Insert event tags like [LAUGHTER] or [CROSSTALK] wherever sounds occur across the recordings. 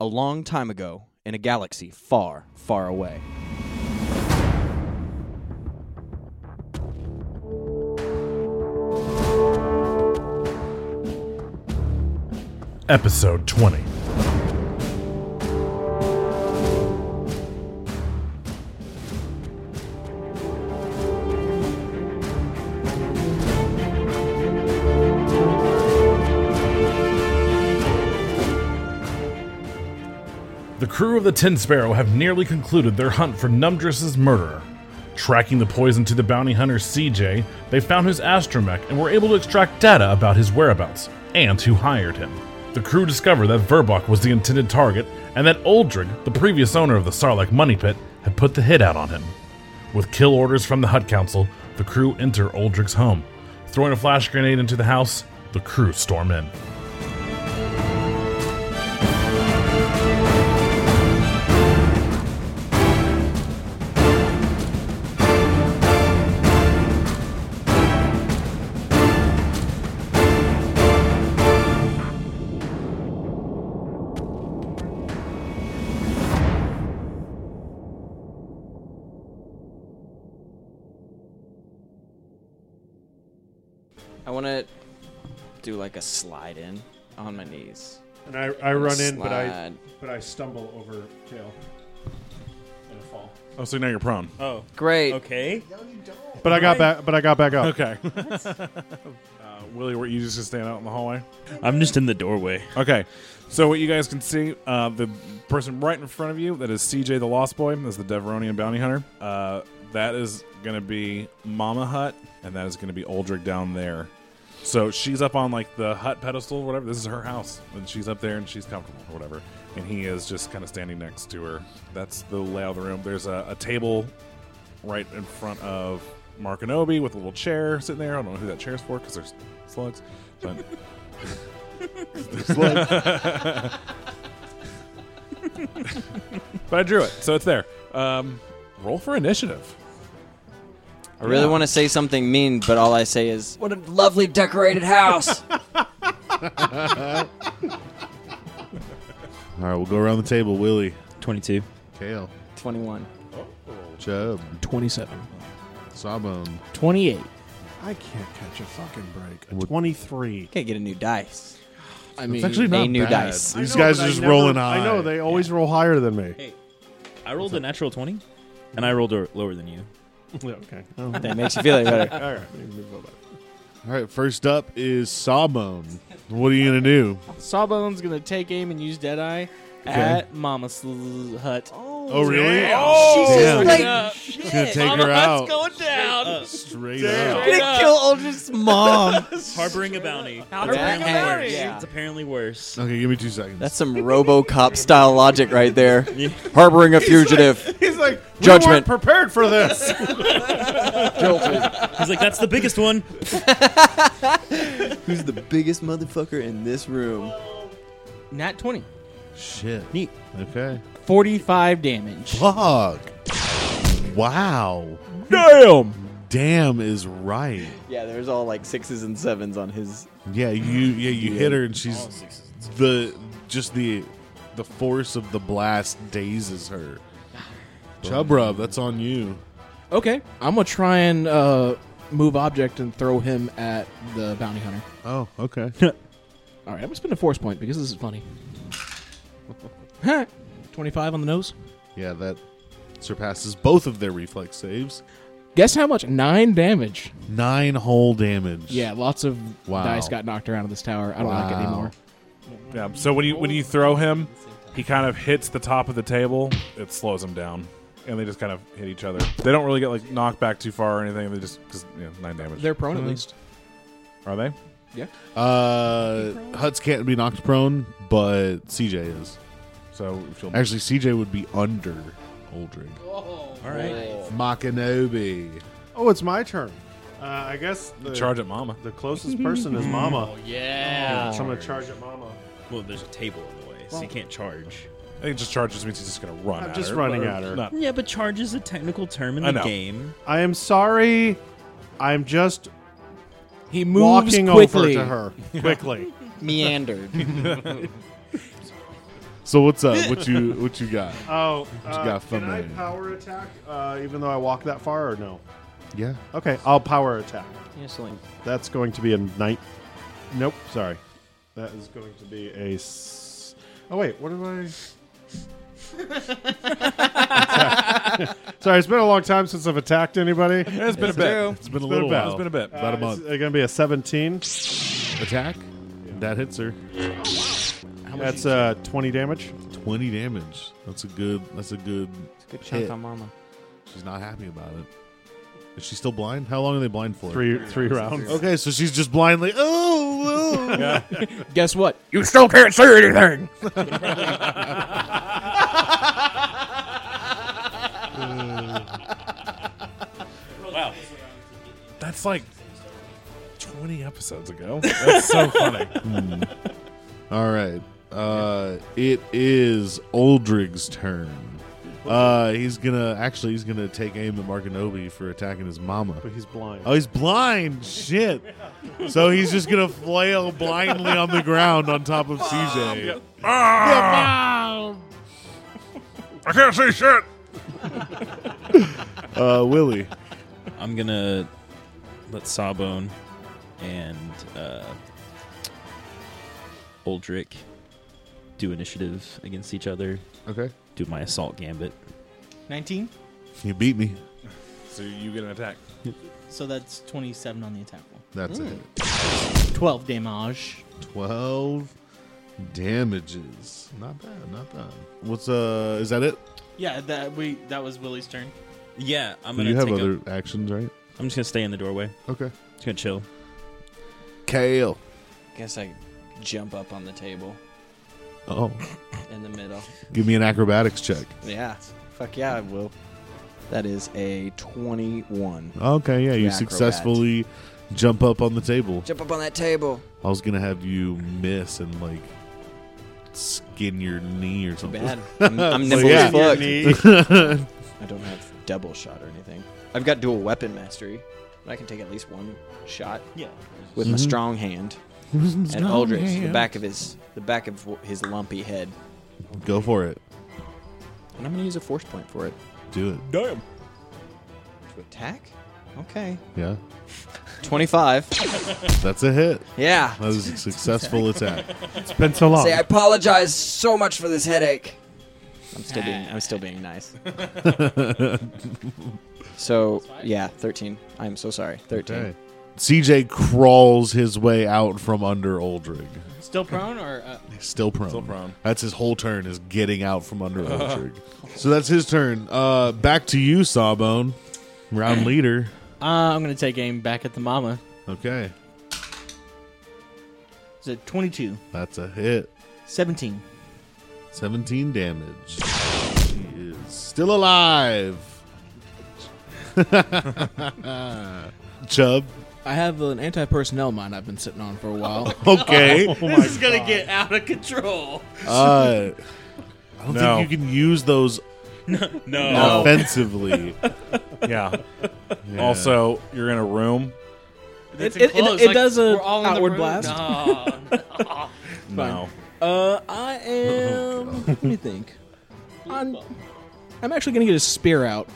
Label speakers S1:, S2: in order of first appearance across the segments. S1: a long time ago in a galaxy far, far away.
S2: Episode 20. The crew of the Tin Sparrow have nearly concluded their hunt for Numdress's murderer. Tracking the poison to the bounty hunter CJ, they found his astromech and were able to extract data about his whereabouts and who hired him. The crew discover that Verbok was the intended target and that Oldrig, the previous owner of the Sarlacc money pit, had put the hit out on him. With kill orders from the Hut Council, the crew enter Oldrig's home. Throwing a flash grenade into the house, the crew storm in.
S1: I want to do like a slide in on my knees.
S3: And I, I run in, but I
S1: Slide.
S3: but I stumble over Kale. And I fall.
S2: Oh, so now you're prone.
S4: Oh,
S1: Great.
S4: okay.
S3: But I got back. But I got back up.
S2: Okay. uh, [LAUGHS] Willie, were you just gonna stand out in the hallway?
S4: I'm just in the doorway.
S2: Okay. So what you guys can see, uh, the person right in front of you, that is CJ the Lost Boy, that's the Deveronian bounty hunter. Uh, that is gonna be Mama Hut, and that is gonna be Oldrick down there. So she's up on like the hut pedestal, or whatever. This is her house, and she's up there, and she's comfortable, or whatever. And he is just kind of standing next to her. That's the layout of the room. There's a, a table right in front of Mark and Obi with a little chair sitting there. I don't know who that chair's for because there's slugs. But but I drew it, so it's there. Um, roll for initiative.
S1: I really want to say something mean, but all I say is, "What a lovely decorated house."
S5: All right, we'll go around the table. Willie,
S6: 22.
S5: Kale,
S1: Twenty-one.
S5: Chubb,
S7: 27.
S5: Sawbone.
S7: 28.
S3: I can't catch a fucking break. A
S5: What-
S3: 23.
S1: Can't get a new dice.
S5: I mean,
S3: actually not
S1: a new
S5: [LAUGHS]
S1: dice.
S5: These
S3: I know,
S5: guys
S3: but
S5: are
S3: I
S5: just
S3: never-
S5: rolling high.
S3: I know they always roll higher than me.
S6: I rolled a natural 20, and I rolled a lower than you.
S3: okay.
S1: That makes you feel any better.
S3: All right.
S5: All right, first up is Sawbone. What are you gonna do?
S6: Sawbone's going to take aim and use Deadeye at Mama's l- hut.
S5: Oh, really?
S1: She's
S5: Damn.
S1: just like,
S5: She's gonna take her out. going down. Straight up.
S1: gonna kill Aldrich's mom.
S6: Harboring a bounty.
S1: That's apparently worse.
S6: It's apparently worse.
S5: Okay, give me two seconds.
S1: That's some RoboCop style logic right there. Harboring a fugitive.
S3: He's like, we
S1: Judgment.
S3: weren't prepared for this. [LAUGHS]
S6: [LAUGHS] He's like, that's the biggest one.
S1: Who's the biggest motherfucker in this room?
S6: Nat 20.
S5: Shit.
S6: Neat.
S5: Okay.
S6: 45 damage.
S5: Fuck. Wow.
S2: Damn.
S5: Damn is right.
S1: Yeah, there's all like sixes and sevens on his.
S5: Yeah, you yeah you hit her and she's the just the the force of the blast dazes her. Chubrub, that's on you.
S7: Okay. I'm going to try and uh, move object and throw him at the bounty hunter.
S5: Oh, [LAUGHS] okay.
S7: All right. I'm going to spend a force point because this is funny. [LAUGHS] 25 on the nose.
S5: yeah, that surpasses both of their reflex saves.
S7: Guess how much? Nine damage.
S5: Nine whole damage.
S7: Yeah, lots of
S5: Wow.
S7: dice got knocked around in this tower. I don't like it
S5: Wow.
S7: anymore.
S2: Yeah. So when you when you throw him, he kind of hits the top of the table. It slows him down, and they just kind of hit each other. They don't really get like knocked back too far or anything. They just because you know, nine damage.
S7: They're prone at least.
S2: Are they?
S5: Uh Huts can't be knocked prone, but CJ is.
S2: So if you'll
S5: Actually CJ would be under Oldrig.
S6: All right.
S5: Makanobi.
S3: oh, it's my turn. Uh, I guess the,
S2: charge at Mama.
S3: the closest person is Mama.
S6: Yeah.
S3: So I'm gonna charge at Mama.
S6: Well, there's a table in the way, so you can't charge.
S2: I think just charge just means he's just gonna run.
S3: I'm
S2: at
S3: just
S2: her,
S3: running
S2: or
S3: at her. [LAUGHS]
S2: Not,
S6: Yeah, but charge is a technical term in
S2: I
S6: the
S2: know.
S6: game.
S3: I am sorry. I'm just
S7: He
S3: walking [LAUGHS]
S7: quickly.
S3: over to her quickly.
S1: Meandered.
S5: So what's up? What you what you got?
S3: Oh,
S5: uh, got fun
S3: can I
S5: there.
S3: power attack uh, even though I walk that far or no?
S5: Yeah.
S3: Okay, I'll power attack.
S6: Yes, like
S3: That's going to be a night. Nope, sorry. That is going to be a. S- oh wait, what did I? [LAUGHS] sorry, it's been a long time since I've attacked anybody.
S2: It's been a
S5: It's been
S2: bit.
S5: a
S3: It's been
S5: little
S3: a
S5: while.
S3: bit.
S2: It's been a bit.
S5: About a
S3: Uh,
S5: month.
S3: It's going to be a 17.
S5: Attack. That hits her.
S3: That's uh, 20 damage.
S5: Twenty damage. That's a good. That's a good.
S1: Good chunk
S5: Hit.
S1: on Mama.
S5: She's not happy about it. Is she still blind? How long are they blind for?
S3: Three three rounds.
S5: Okay, so she's just blindly. Oh. oh."
S7: Guess what?
S4: You still can't say anything.
S2: That's like 20 episodes ago. That's so funny.
S5: All right. Uh, it is Oldrig's turn. Uh, he's gonna actually he's gonna take aim at Markinobi for attacking his mama.
S3: But he's blind.
S5: Oh, he's blind. Shit. So he's just gonna flail blindly on the ground on top of CJ.
S2: I can't see shit.
S5: [LAUGHS] Uh, Willie.
S4: I'm gonna let Sawbone and uh, Oldrick do initiative against each other.
S5: Okay.
S4: Do my assault gambit.
S6: 19.
S5: You beat me.
S2: [LAUGHS] So you get an attack.
S6: So that's 27 on the attack roll.
S5: That's it.
S6: 12 damage.
S5: 12 damages. Not bad, not bad. What's uh is that it?
S6: Yeah, that we that was Willie's turn.
S4: Yeah, I'm
S5: You have other actions, right?
S4: I'm just gonna stay in the doorway.
S5: Okay.
S4: Just gonna chill.
S5: Kale.
S1: Guess I jump up on the table
S5: Oh.
S1: in the middle.
S5: Give me an acrobatics check.
S1: Yeah. Fuck yeah, I will. That is a 21.
S5: Okay, yeah, you
S1: Acrobat.
S5: successfully jump up on the table.
S1: Jump up on that table.
S5: I was gonna have you miss and like skin your knee or something.
S1: Bad. [LAUGHS] I'm, I'm nimble
S5: yeah.
S1: as fuck. [LAUGHS]
S5: Bad.
S1: I don't have double shot or anything. I've got dual weapon mastery. I can take at least one shot
S6: Yeah.
S1: with my strong hand and Aldrich the back of his the back of wh- his lumpy head.
S5: Go for it.
S1: And I'm gonna use a force point for it
S5: Do it.
S2: Damn.
S1: to attack. Okay,
S5: Yeah.
S1: twenty-five.
S5: That's a hit.
S1: Yeah.
S5: That was a successful attack.
S3: It's been so long.
S1: Say, I apologize so much for this headache. I'm still being I'm still being nice. so yeah, thirteen. I am so sorry. Thirteen.
S5: Okay. CJ crawls his way out from under Oldrig.
S6: Still prone or uh,
S5: Still prone.
S2: Still prone.
S5: That's his whole turn is getting out from
S2: [LAUGHS]
S5: under Oldrig. so that's his turn. Uh, back to you, Sawbone. Round leader.
S6: uh, I'm going to take aim back at the mama.
S5: Okay.
S6: Is it 22?
S5: That's a hit.
S6: 17.
S5: 17 damage. She is still alive. [LAUGHS] Chubb.
S7: I have an anti-personnel mine I've been sitting on for
S6: [LAUGHS]
S7: a while.
S6: Oh,
S5: Okay.
S6: this is going to get out of control.
S5: Uh, I don't
S2: No.
S5: think you can use those
S4: No.
S5: offensively.
S2: [LAUGHS] Yeah.
S5: Yeah.
S2: Also, you're in a room.
S6: It's
S7: It- it-
S6: enclosed,
S7: it does a
S6: we're all in the
S7: outward
S6: room.
S7: blast.
S2: No.
S6: No.
S7: Uh, I am. let me think. I'm, I'm actually gonna get a spear out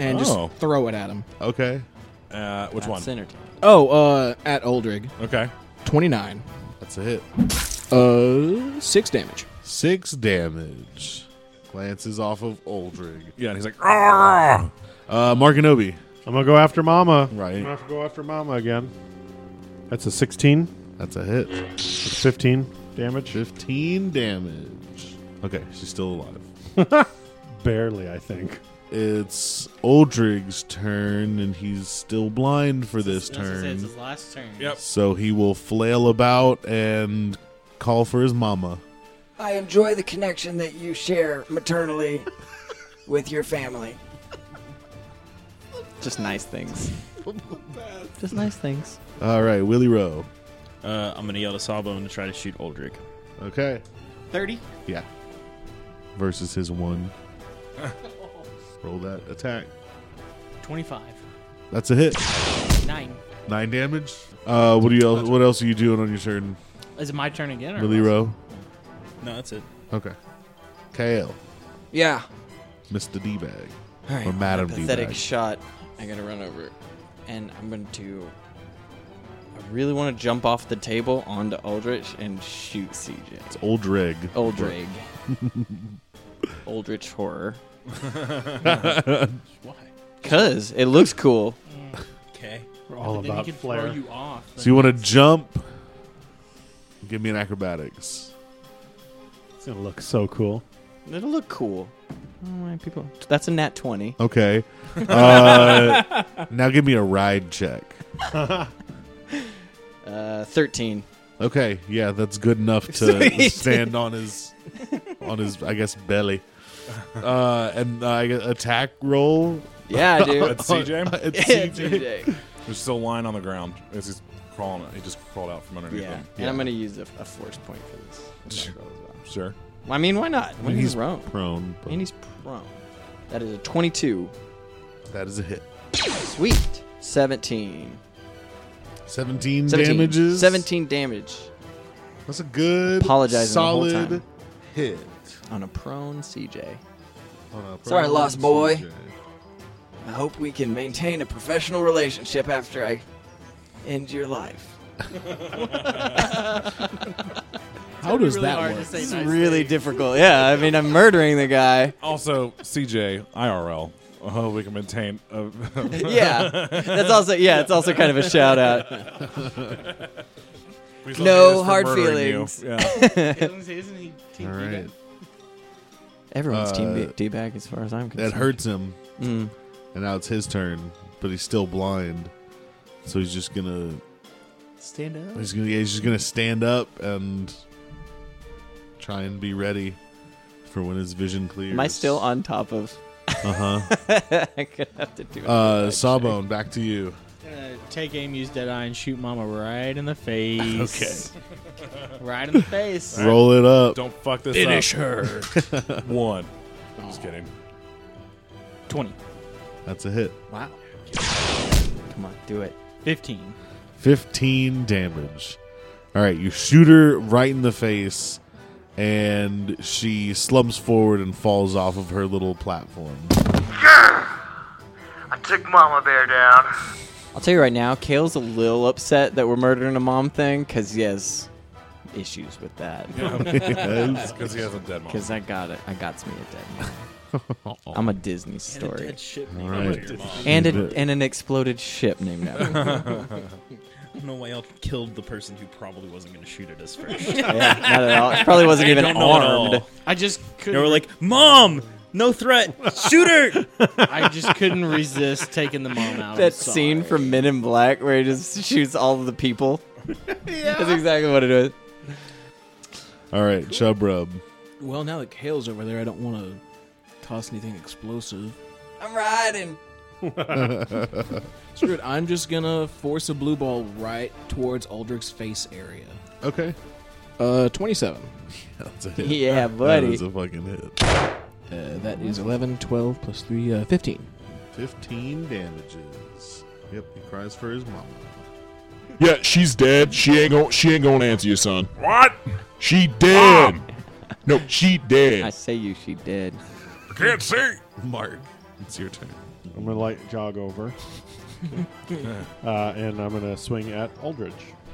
S7: and
S2: Oh.
S7: just throw it at him.
S5: Okay.
S2: Uh, which one?
S1: That's entertaining.
S7: Oh, uh, at Oldrig,
S2: Okay.
S7: twenty-nine.
S5: That's a hit.
S7: Uh, six damage.
S5: Six damage. Glances off of Oldrig.
S2: Yeah, and he's like, "Argh!"
S5: Uh, Markinobi.
S3: I'm going to go after Mama. I'm going to
S5: Right.
S3: have to go after Mama again. That's a 16.
S5: That's a hit.
S3: That's 15 damage.
S5: 15 damage. Okay, she's still alive.
S3: Barely, I think.
S5: It's Oldrig's turn, and he's still blind for this
S6: That's what I said, It's
S5: turn.
S6: his last turn.
S2: Yep.
S5: So he will flail about and call for his mama.
S8: I enjoy the connection that you share maternally with your family.
S1: Just nice things. Just nice things.
S5: All right, Willie Rowe.
S4: Uh, I'm gonna yell to Sawbone to try to shoot Oldrick.
S5: Okay.
S6: 30.
S5: Yeah. Versus his one. Roll that attack.
S6: 25.
S5: That's a hit.
S6: 9.
S5: Nine damage. Uh, what do you? Else, what else are you doing on your turn,
S6: Is it my turn again? Or
S5: Willie Rowe?
S4: No, that's it.
S5: Okay. KL,
S1: Yeah.
S5: Mr. D Bag.
S1: All right.
S5: Or Madam D
S1: pathetic
S5: Bag.
S1: shot. I gotta run over, and I'm going to. I really want to jump off the table onto Aldrich and shoot CJ.
S5: It's Oldrig.
S1: Aldrig. Aldrich horror.
S4: Why?
S1: Cause it looks cool.
S4: Okay.
S3: We're all
S6: But then
S3: about
S6: he can
S3: flair.
S6: throw you off.
S5: So you want to jump? Give me an acrobatics.
S3: It's gonna look so cool.
S1: It'll look cool. Oh, my people. That's a nat twenty.
S5: [LAUGHS] Okay. Uh, [LAUGHS] now give me a ride check.
S1: Uh, thirteen.
S5: Okay, yeah, that's good enough to [LAUGHS] stand on his on his I guess [LAUGHS] belly. Uh, and uh, I guess attack roll.
S1: Yeah, I do. [LAUGHS]
S2: That's CJ.
S5: It's
S1: Yeah,
S5: CJ.
S1: CJ.
S2: There's still lying on the ground. It's just crawling. He just crawled out from underneath
S1: Yeah,
S2: him.
S1: and I'm gonna use a, a force point for this.
S2: Sure.
S1: attack roll as well.
S2: Sure.
S1: Well, I mean, why not? When he's prone,
S5: prone. but
S1: and he's prone. That is a 22.
S5: that is a hit.
S1: Sweet. 17.
S5: 17,
S1: 17
S5: damages.
S1: 17 damage
S5: That's a good.
S1: Apologizing the whole
S5: solid
S1: time.
S5: hit.
S1: on a prone CJ.
S5: on a
S8: Sorry,
S5: prone
S8: lost boy.
S5: CJ.
S8: I hope we can maintain a professional relationship after I end your life.
S7: How does that work?
S1: It's really difficult. Yeah, I mean, I'm murdering the [LAUGHS] guy.
S2: Also, CJ IRL. Oh, we can maintain. A, [LAUGHS]
S1: Yeah. That's also, yeah, it's also kind of a shout out.
S2: We still hate
S1: No
S2: us for
S1: hard
S2: murdering you.
S1: feelings.
S2: Yeah.
S6: [LAUGHS] Isn't he
S5: All right,
S1: Everyone's team
S5: Uh,
S1: B- D bag as far as I'm concerned.
S5: that hurts him,
S1: Mm.
S5: and now it's his turn, but he's still blind, so he's just gonna
S7: Stand up.
S5: He's gonna he's just gonna stand up and try and be ready for when his vision clears.
S1: Am I still on top of.
S5: Uh-huh.
S1: [LAUGHS] I could have to do it.
S5: Uh Sawbone, back to you.
S6: Gonna take aim, use dead eye, and shoot Mama right in the face. okay. [LAUGHS] right in the face.
S5: Roll it up.
S2: Don't fuck this
S7: Finish
S2: up.
S7: her.
S2: [LAUGHS] One. Just kidding.
S6: Twenty.
S5: That's a hit.
S1: Wow. Come on, do it.
S6: Fifteen.
S5: Fifteen damage. All right, you shoot her right in the face, and she slumps forward and falls off of her little platform.
S9: I took Mama Bear down.
S1: I'll tell you right now, Kale's a little upset that we're murdering a mom thing because he has issues with that.
S2: Because he has a dead mom.
S1: Because I got it. I got me a dead
S5: [LAUGHS]
S1: mom. I'm a Disney story.
S5: All right.
S1: And, a, and an exploded ship
S5: [LAUGHS]
S1: named after me.
S4: I don't know why y'all killed the person who probably wasn't going to shoot at us [LAUGHS] first.
S1: Yeah, not at all. It probably wasn't even
S4: don't know at all.
S1: armed.
S6: I just
S4: they were
S6: couldn't.
S4: like, "Mom, no threat, shoot her."
S6: I just couldn't resist taking the mom
S1: [LAUGHS]
S6: out.
S1: That
S6: I'm sorry.
S1: scene from Men in Black where he just shoots all of
S5: [LAUGHS]
S1: the people. That's exactly what it is.
S5: All right, Chub Rub.
S7: Well, now that Kale's over there, I don't want to toss anything explosive.
S8: I'm riding.
S7: Screw it. I'm just gonna force a blue ball right towards Aldrich's face area.
S5: Okay.
S7: Uh, 27.
S5: That's a hit.
S1: Yeah,
S5: That
S1: buddy.
S5: is a fucking hit.
S7: Uh, that is 11, 12 plus 3, uh, 15.
S5: 15 damages. Yep, he cries for his mama.
S10: Yeah, she's dead. She ain't going she ain't gonna answer you, son.
S2: What?
S10: She dead.
S1: [LAUGHS]
S10: No, she
S1: I
S10: dead.
S1: say you, she did.
S2: I can't see.
S5: Mark, it's your turn.
S3: I'm gonna light jog
S5: [LAUGHS]
S3: over, uh, and I'm gonna swing at Aldridge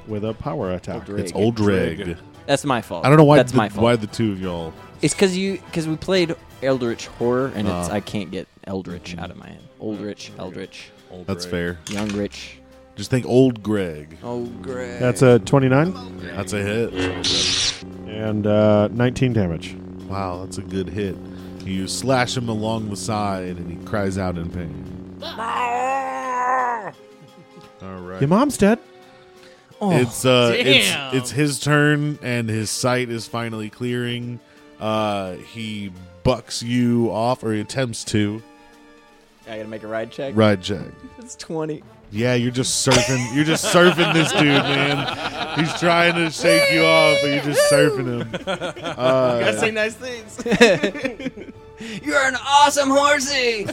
S3: with a power attack.
S1: Aldrich.
S5: It's Oldrig.
S2: Drag.
S1: That's my fault.
S5: I don't know why
S1: That's
S5: the,
S1: my fault.
S5: why the two of y'all.
S1: It's because you because we played Eldritch Horror and
S5: Uh.
S1: it's I can't get Eldritch out of my head. Oldrich, Eldritch,
S5: That's fair.
S1: Young Rich.
S5: Just think old Greg.
S8: Oh, great.
S3: That's a 29
S5: That's a hit.
S3: and uh, 19 damage.
S5: Wow, that's a good hit. You slash him along the side and he cries out in pain. All right.
S3: Your mom's dead.
S5: it's uh
S6: damn.
S5: it's it's his turn and his sight is finally clearing. Uh he bucks you off or he attempts to.
S1: I gotta make a ride check.
S5: Ride check.
S1: It's twenty.
S5: Yeah, you're just surfing. You're just surfing this dude, man. He's trying to shake you off, but you're just surfing him.
S6: Gotta say nice things.
S8: You're an awesome horsey.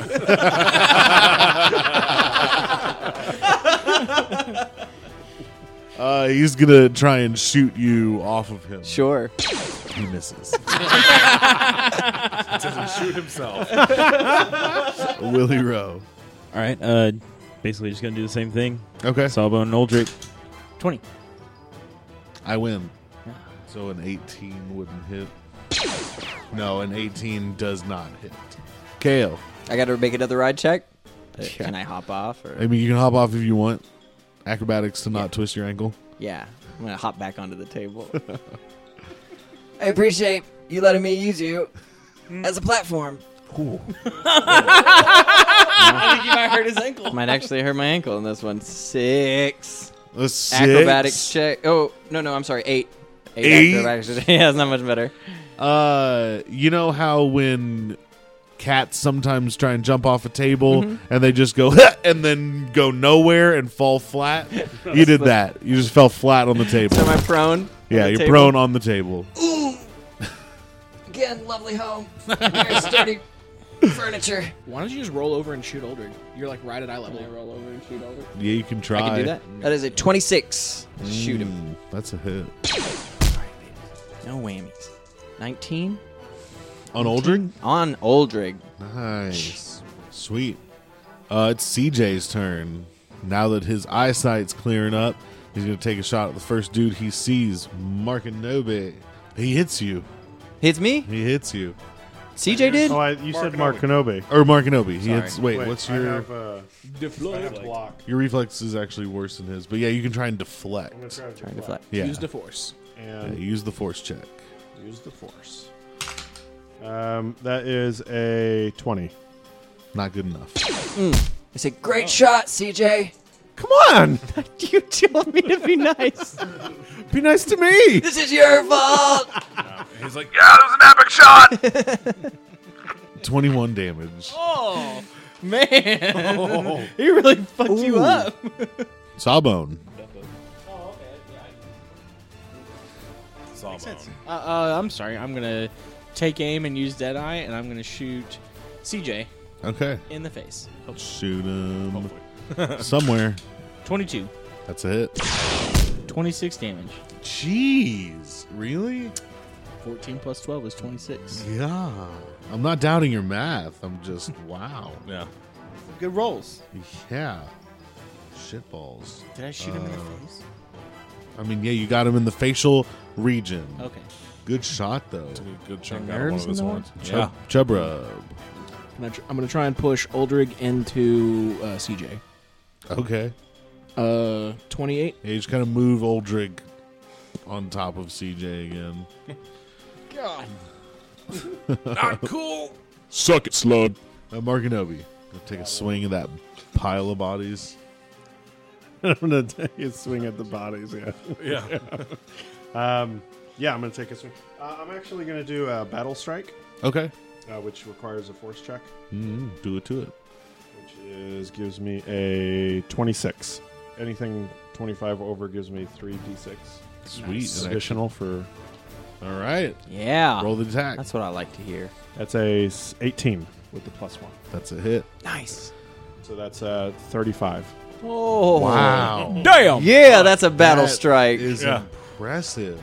S5: Uh, he's gonna try and shoot you off of him.
S1: Sure.
S5: He misses.
S2: Doesn't shoot himself.
S5: Willie Rowe.
S4: [LAUGHS] All right. Uh, basically, just gonna do the same thing.
S5: Okay.
S4: Sawbone and Oldrick.
S6: 20.
S5: I win. So an 18 wouldn't hit. No, an 18 does not hit. KO.
S1: I got to make another ride check. Uh, Can I hop off? Or
S5: I mean, you can hop off if you want. Acrobatics to not twist your ankle.
S1: yeah, I'm gonna hop back onto the
S6: [LAUGHS]
S1: table.
S8: I appreciate you letting me use you as a platform.
S6: You might hurt his ankle.
S1: Might actually hurt my ankle in this one. Six.
S5: A six.
S1: acrobatics check. Oh no, no, I'm sorry. Eight.
S5: Eight?
S1: acrobatics. [LAUGHS] yeah, it's not much better.
S5: Uh, you know how when cats sometimes try and jump off a table
S1: Mm-hmm.
S5: and they just go and then go nowhere and fall
S1: [LAUGHS]
S5: flat? you did that. You just fell flat on the table.
S1: Am I prone?
S5: yeah,
S1: On the
S5: you're
S1: table?
S5: prone on the table.
S8: Again, lovely home. Very
S3: [LAUGHS]
S8: sturdy furniture.
S7: Why don't you just roll over and shoot Aldrich? You're like right at eye level. roll over and shoot Aldrich?
S5: Yeah, you can try.
S1: I can do that. That is a 26. Shoot him.
S5: Mm, that's a hit.
S1: No whammies. 19
S5: On Aldrin?
S1: on Oldrig.
S5: Nice. Sweet. Uh, it's CJ's turn. Now that his eyesight's clearing up, he's going to take a shot at the first dude he sees, Markinobe. He hits you.
S1: Hits me.
S5: He hits you.
S1: CJ did.
S3: Oh, I, you said Mark Kenobi.
S5: Or Markinobe. He hits. Wait,
S3: Wait,
S5: what's
S3: I
S5: your.
S3: have, uh, I have block.
S5: your reflex is actually worse than his, but yeah, you can try and deflect.
S3: I'm gonna try to
S1: Trying to
S3: deflect.
S1: deflect.
S5: Yeah.
S7: Use the force.
S5: Yeah,
S3: And
S5: use the force check.
S3: use the force. Um, that is a twenty. [LAUGHS]
S5: Not good enough.
S8: I say, great shot, CJ.
S3: Come on,
S6: [LAUGHS] You told me to be nice.
S3: be nice to me.
S8: This is your fault.
S2: He's like,
S9: Yeah, it was an epic shot.
S5: 21 damage.
S6: Oh, man. He really fucked you up.
S5: Sawbone.
S2: Sawbone.
S6: Uh, uh, I'm sorry. I'm going to take aim and use Deadeye, and I'm going to shoot CJ
S5: Okay.
S6: in the face.
S5: Shoot him.
S3: [LAUGHS]
S5: Somewhere.
S6: 22.
S5: That's a hit.
S6: 26 damage.
S5: Jeez. Really?
S6: 14 plus 12 is 26.
S5: Yeah. I'm not doubting your math. I'm just
S3: [LAUGHS]
S5: wow.
S2: Yeah.
S6: Good rolls.
S5: Yeah. Shitballs.
S6: Did I shoot him in the face?
S5: I mean, yeah, you got him in the facial region.
S7: Oh.
S6: Okay.
S5: Good shot though.
S2: Good chunk out of one of his horns.
S5: Chub- Chubrub.
S7: I'm gonna, tr- I'm gonna try and push Aldrich into uh, CJ.
S5: Okay.
S7: Uh, 28.
S5: Yeah, you just kind of move Oldrig on top of CJ again. [LAUGHS]
S10: Suck it, slug.
S5: Uh, Markinobi. Gonna take a swing at that pile of bodies.
S3: I'm gonna take a swing at the bodies. Yeah.
S2: Yeah.
S3: Um, [LAUGHS] yeah, I'm gonna take a swing. Uh, I'm actually gonna do a battle strike,
S5: Okay.
S3: uh, which requires a force check,
S5: mm Do it to it.
S3: which is gives me a 26. Anything 25 over gives me three d6
S5: Sweet.
S3: additional for.
S5: All right.
S1: Yeah.
S5: Roll the attack.
S1: That's what I like to hear.
S3: That's a s- 18 with the plus one.
S5: That's a hit.
S1: Nice.
S3: So that's uh, 35.
S1: Oh.
S5: Wow.
S2: Damn.
S1: Yeah, that's a battle strike.
S5: That is
S2: Yeah.
S5: impressive.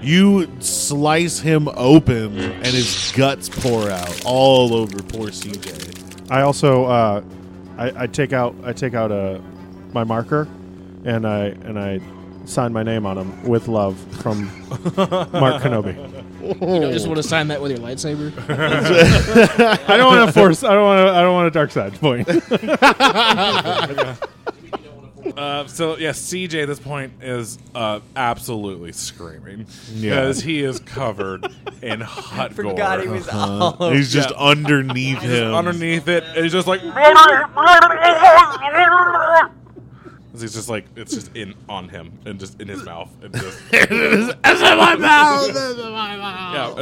S5: You slice him open, and his guts pour out all over poor CJ.
S3: I also uh, I, I take out I take out a my marker, and I and I sign my name on him with love [LAUGHS] from Mark Kenobi.
S7: You don't just want to sign that with your lightsaber? [LAUGHS]
S3: I don't want to force. I don't want to. I don't want a dark side point.
S2: Uh, so yeah, CJ at this point is uh, absolutely screaming
S5: Yeah.
S2: because he is covered in
S1: [LAUGHS]
S2: hot
S1: Forgot
S2: gore.
S1: he was [LAUGHS] all over.
S5: He's just underneath him.
S2: underneath it. It's just like [LAUGHS] he's just like it's just in on him and just in his mouth
S3: [LAUGHS]
S2: and just yeah. And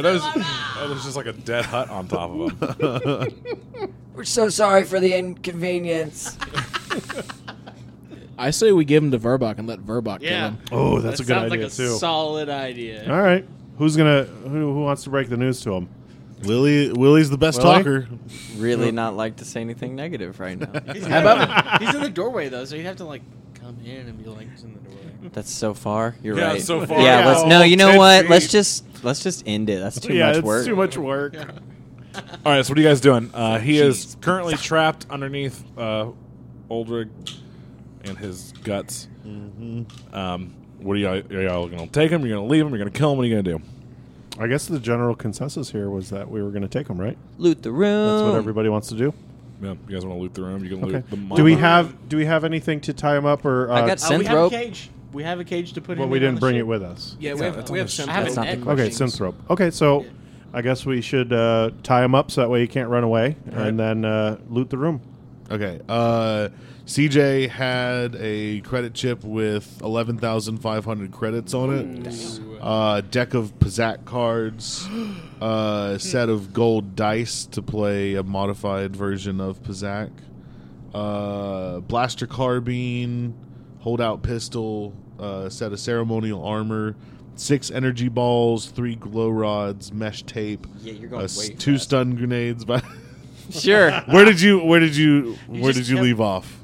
S2: there's and there's just like a dead hut on top of him.
S8: We're so sorry for the inconvenience.
S7: I say we give him to Verbach and let Verbach kill him.
S3: oh, that's a good
S6: sounds
S3: idea
S6: like a
S3: too.
S6: solid idea.
S3: All right, who's gonna who, who wants to break the news to him?
S5: Willie, Willie's the best
S3: Willie?
S5: talker.
S1: Really not like to say anything negative right now.
S6: [LAUGHS]
S1: [LAUGHS]
S6: How about He's in the doorway though, so you'd have to like come come in and be like,
S1: That's so far. You're
S2: Yeah,
S1: right.
S2: it's so far.
S1: Yeah,
S2: Yeah.
S1: let's no, you know
S2: Ten
S1: what? Let's
S2: feet.
S1: just let's just end it. That's too
S3: yeah,
S1: much
S3: it's
S1: work.
S3: too much work.
S2: All right, so what are you guys doing? Uh, he is
S6: [LAUGHS]
S2: currently trapped underneath uh, Oldrig and his guts.
S6: Mm-hmm.
S2: Um, what are y'all, are y'all going to take him? You're going to leave him? You're going to kill him? What are you going to do?
S3: I guess the general consensus here was that we were going to take them, right?
S1: Loot the room.
S3: That's what everybody wants to do.
S2: Yeah, you guys want to loot the room? You can
S3: Okay.
S2: loot the mama.
S3: Do we have Do we have anything to tie them up, or uh,
S1: I got
S6: oh, we
S1: synth
S6: have
S1: rope.
S6: a cage. We have a cage to put
S3: but
S6: him
S3: we
S6: in on
S3: didn't
S6: the
S3: bring
S6: ship.
S3: it with us?
S7: Yeah, we
S2: Yeah,
S7: have,
S2: that's
S7: we
S2: on
S7: have
S2: the
S7: some.
S2: ship.
S6: I have
S1: That's
S6: a
S1: not the
S6: net
S1: question.
S3: Okay,
S6: machines.
S3: synthrope. Okay, so I guess we should uh, tie him up so that way he can't run away, and then uh, loot the room.
S5: Okay. Uh, CJ had a credit chip with 11,500 credits on it, uh, deck of Pazak cards, uh, set of gold dice to play a modified version of Pazak, uh, blaster carbine, holdout pistol, uh, set of ceremonial armor, six energy balls, three glow rods, mesh tape,
S1: Yeah, you're
S5: uh,
S1: going
S5: s-
S1: way
S5: two
S1: fast.
S5: stun grenades. By [LAUGHS]
S1: Sure.
S5: where did you where did you, where
S6: just
S5: did you
S6: kept-
S5: leave off?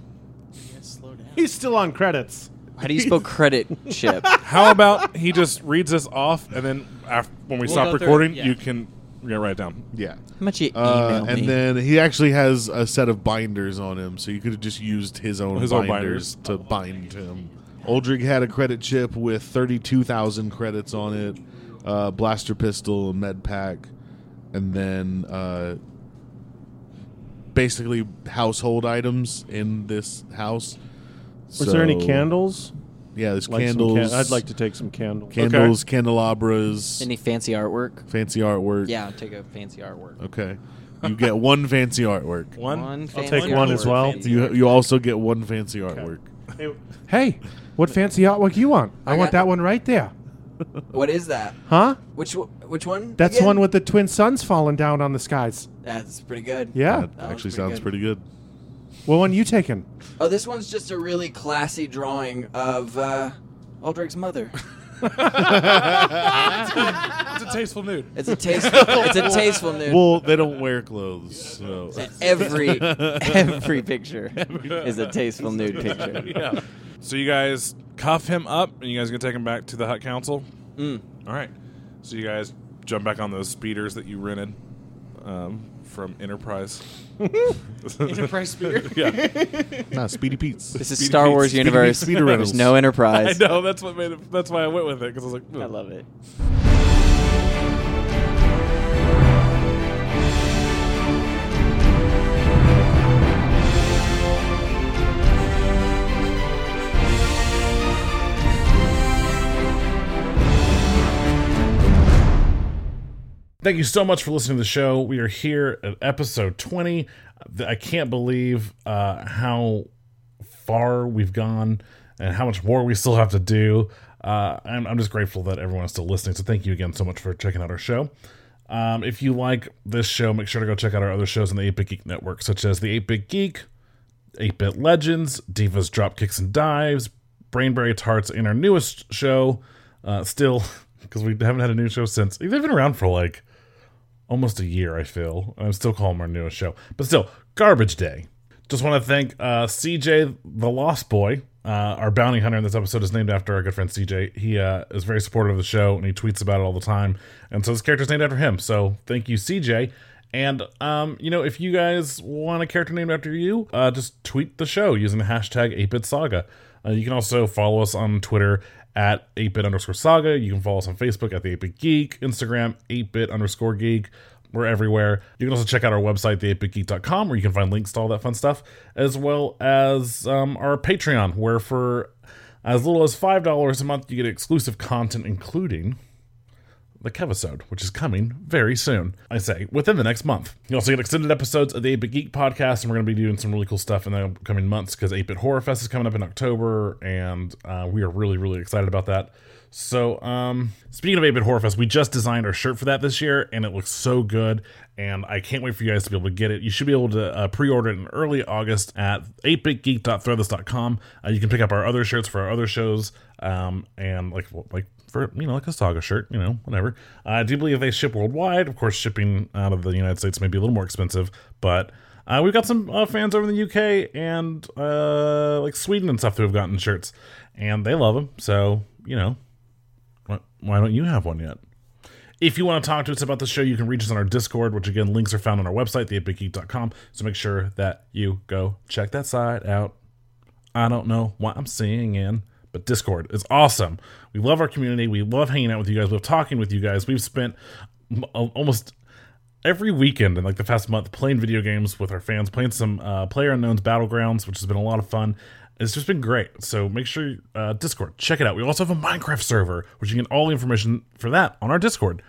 S6: Yeah, slow down.
S3: He's still on credits.
S1: How do you spell credit chip?
S2: How about he just reads us off, and then after, when we
S6: We'll
S2: stop
S6: go through it,
S2: recording,
S6: yeah.
S2: you can yeah, write it down.
S5: Yeah.
S1: How much you email
S5: Uh,
S1: me?
S5: and then he actually has a set of binders on him, so you could have just used his own
S2: His own
S5: binders
S3: Oh.
S5: to bind him. Oldrig had a credit chip with 32,000 credits on it, uh, blaster pistol, med pack, and then uh, basically household items in this house.
S3: Was there any
S5: So-
S3: candles?
S5: Yeah, there's
S3: Like some
S5: candles.
S3: can- I'd like to take some candles.
S5: candles, candelabras,
S1: Any fancy artwork?
S5: fancy artwork.
S1: Yeah, I'll take a fancy artwork.
S5: Okay. You get [LAUGHS] one fancy artwork.
S2: One.
S1: fancy
S3: take one as
S1: artwork.
S3: well.
S1: Fancy
S5: You
S1: artwork.
S5: you also get one fancy
S2: [LAUGHS]
S5: artwork.
S3: Hey, what fancy artwork you want? I,
S8: I
S3: want
S8: got-
S3: that one right there.
S8: What is that?
S3: Huh?
S8: Which one- which one?
S3: That's
S8: again?
S3: one with the twin suns falling down on the skies.
S8: That's pretty good.
S3: Yeah.
S5: That
S8: That
S5: actually
S8: was
S5: sounds pretty
S8: pretty
S5: good.
S3: What one you taking?
S8: Oh, this one's just a really classy drawing of uh, Aldrich's mother.
S2: It's a tasteful nude.
S8: It's a tasteful.
S2: [LAUGHS]
S8: it's a tasteful nude.
S5: Well, they don't wear clothes,
S1: [LAUGHS]
S5: so
S3: [LAUGHS]
S1: Every every
S2: [LAUGHS]
S1: picture is a tasteful nude [LAUGHS] picture.
S2: yeah. [LAUGHS] So you guys cuff him up, and you guys gonna take him back to the hut council. All right. So you guys jump back on those speeders that you rented um, from Enterprise.
S6: Enterprise spear.
S2: yeah.
S5: nah, Speedy Pete's.
S1: This is
S2: Speedy
S1: Star
S2: Pete-
S1: Wars
S2: Speedy Pete
S1: universe.
S5: Speeder
S1: There's
S5: Rentals.
S2: [LAUGHS]
S1: no
S2: I
S1: Enterprise.
S2: know. That's what made it. That's why I went with it because I was like,
S1: I
S2: "Ugh."
S1: love it.
S2: Thank you so much for listening to the show. We are here at episode 20. I can't believe uh, how far we've gone and how much more we still have to do. Uh, I'm, I'm just grateful that everyone is still listening. So thank you again so much for checking out our show. Um, if you like this show, make sure to go check out our other shows on the 8 Bit Geek Network, such as the 8 Bit Geek, 8 Bit Legends, Divas Drop Kicks and Dives, Brainberry Tarts, and our newest show, uh, still, [LAUGHS] because we haven't had a new show since. They've been around for like almost a year, I feel. I'm still calling them our newest show, but still, Garbage Day. Just want to thank uh, CJ, the Lost Boy. Uh, our bounty hunter in this episode is named after our good friend CJ. He uh, is very supportive of the show and he tweets about it all the time. And so this character is named after him. So thank you, CJ. And, um, you know, if you guys want a character named after you, uh, just tweet the show using the hashtag 8 Saga. Uh, you can also follow us on Twitter at 8bit underscore saga. You can follow us on Facebook at the 8bit geek, Instagram 8bit underscore geek. We're everywhere. You can also check out our website, the8bitgeek.com, where you can find links to all that fun stuff, as well as um, our Patreon, where for as little as $5 a month, you get exclusive content, including the Kevisode, which is coming very soon. I say within the next month. You also get extended episodes of the 8 Bit Geek podcast, and we're going to be doing some really cool stuff in the upcoming months because 8 Bit Horror Fest is coming up in October, and uh, we are really, really excited about that. So, um, speaking of 8 Bit Horror Fest, we just designed our shirt for that this year, and it looks so good. And I can't wait for you guys to be able to get it. You should be able to uh, pre order it in early August at 8bitgeek.threadless.com. Uh, you can pick up our other shirts for our other shows, um, and like, well, like, for you know like a saga shirt you know whatever uh, i do believe they ship worldwide of course shipping out of the united states may be a little more expensive but Uh, we've got some uh, fans over in the UK and uh, like Sweden and stuff who have gotten shirts, and they love them. So you know, why, why don't you have one yet? If you want to talk to us about the show, you can reach us on our Discord, which again links are found on our website, theepicgeek.com. So make sure that you go check that side out. I don't know what I'm seeing in, but Discord is awesome. We love our community. We love hanging out with you guys. We love talking with you guys. We've spent m- al- almost every weekend in like the past month playing video games with our fans, playing some uh, Player Unknown's Battlegrounds, which has been a lot of fun. It's just been great. So make sure uh, Discord check it out. We also have a Minecraft server, which you can get all the information for that on our Discord.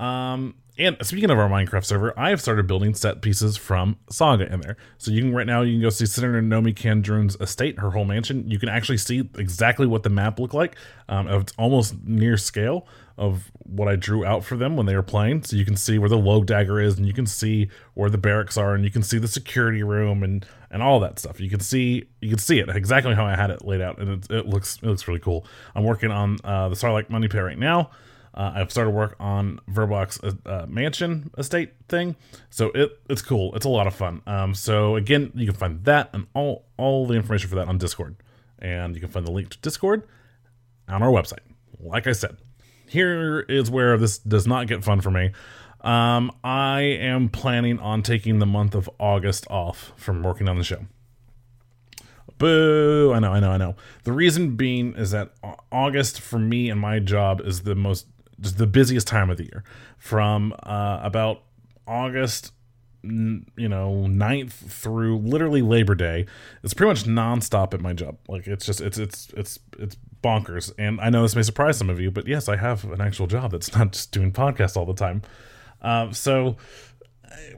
S2: Um, and speaking of our Minecraft server, I have started building set pieces from Saga in there. So you can right now you can go see Senator Nomi Kandrun's estate, her whole mansion. You can actually see exactly what the map looked like. Um, it's almost near scale of what I drew out for them when they were playing. So you can see where the low dagger is, and you can see where the barracks are, and you can see the security room and and all that stuff. You can see you can see it exactly how I had it laid out, and it, it looks it looks really cool. I'm working on uh, the Starlight Money Pay right now. Uh, I've started work on Verbox uh, uh, mansion estate thing, so it it's cool. It's a lot of fun. Um, so again, you can find that and all all the information for that on Discord, and you can find the link to Discord on our website. Like I said, here is where this does not get fun for me. Um, I am planning on taking the month of August off from working on the show. Boo! I know, I know, I know. The reason being is that Au- August for me and my job is the most, just the busiest time of the year. From uh, about August, n- you know, 9th through literally Labor Day, it's pretty much nonstop at my job. Like it's just, it's, it's, it's, it's bonkers. And I know this may surprise some of you, but yes, I have an actual job that's not just doing podcasts all the time. Uh, so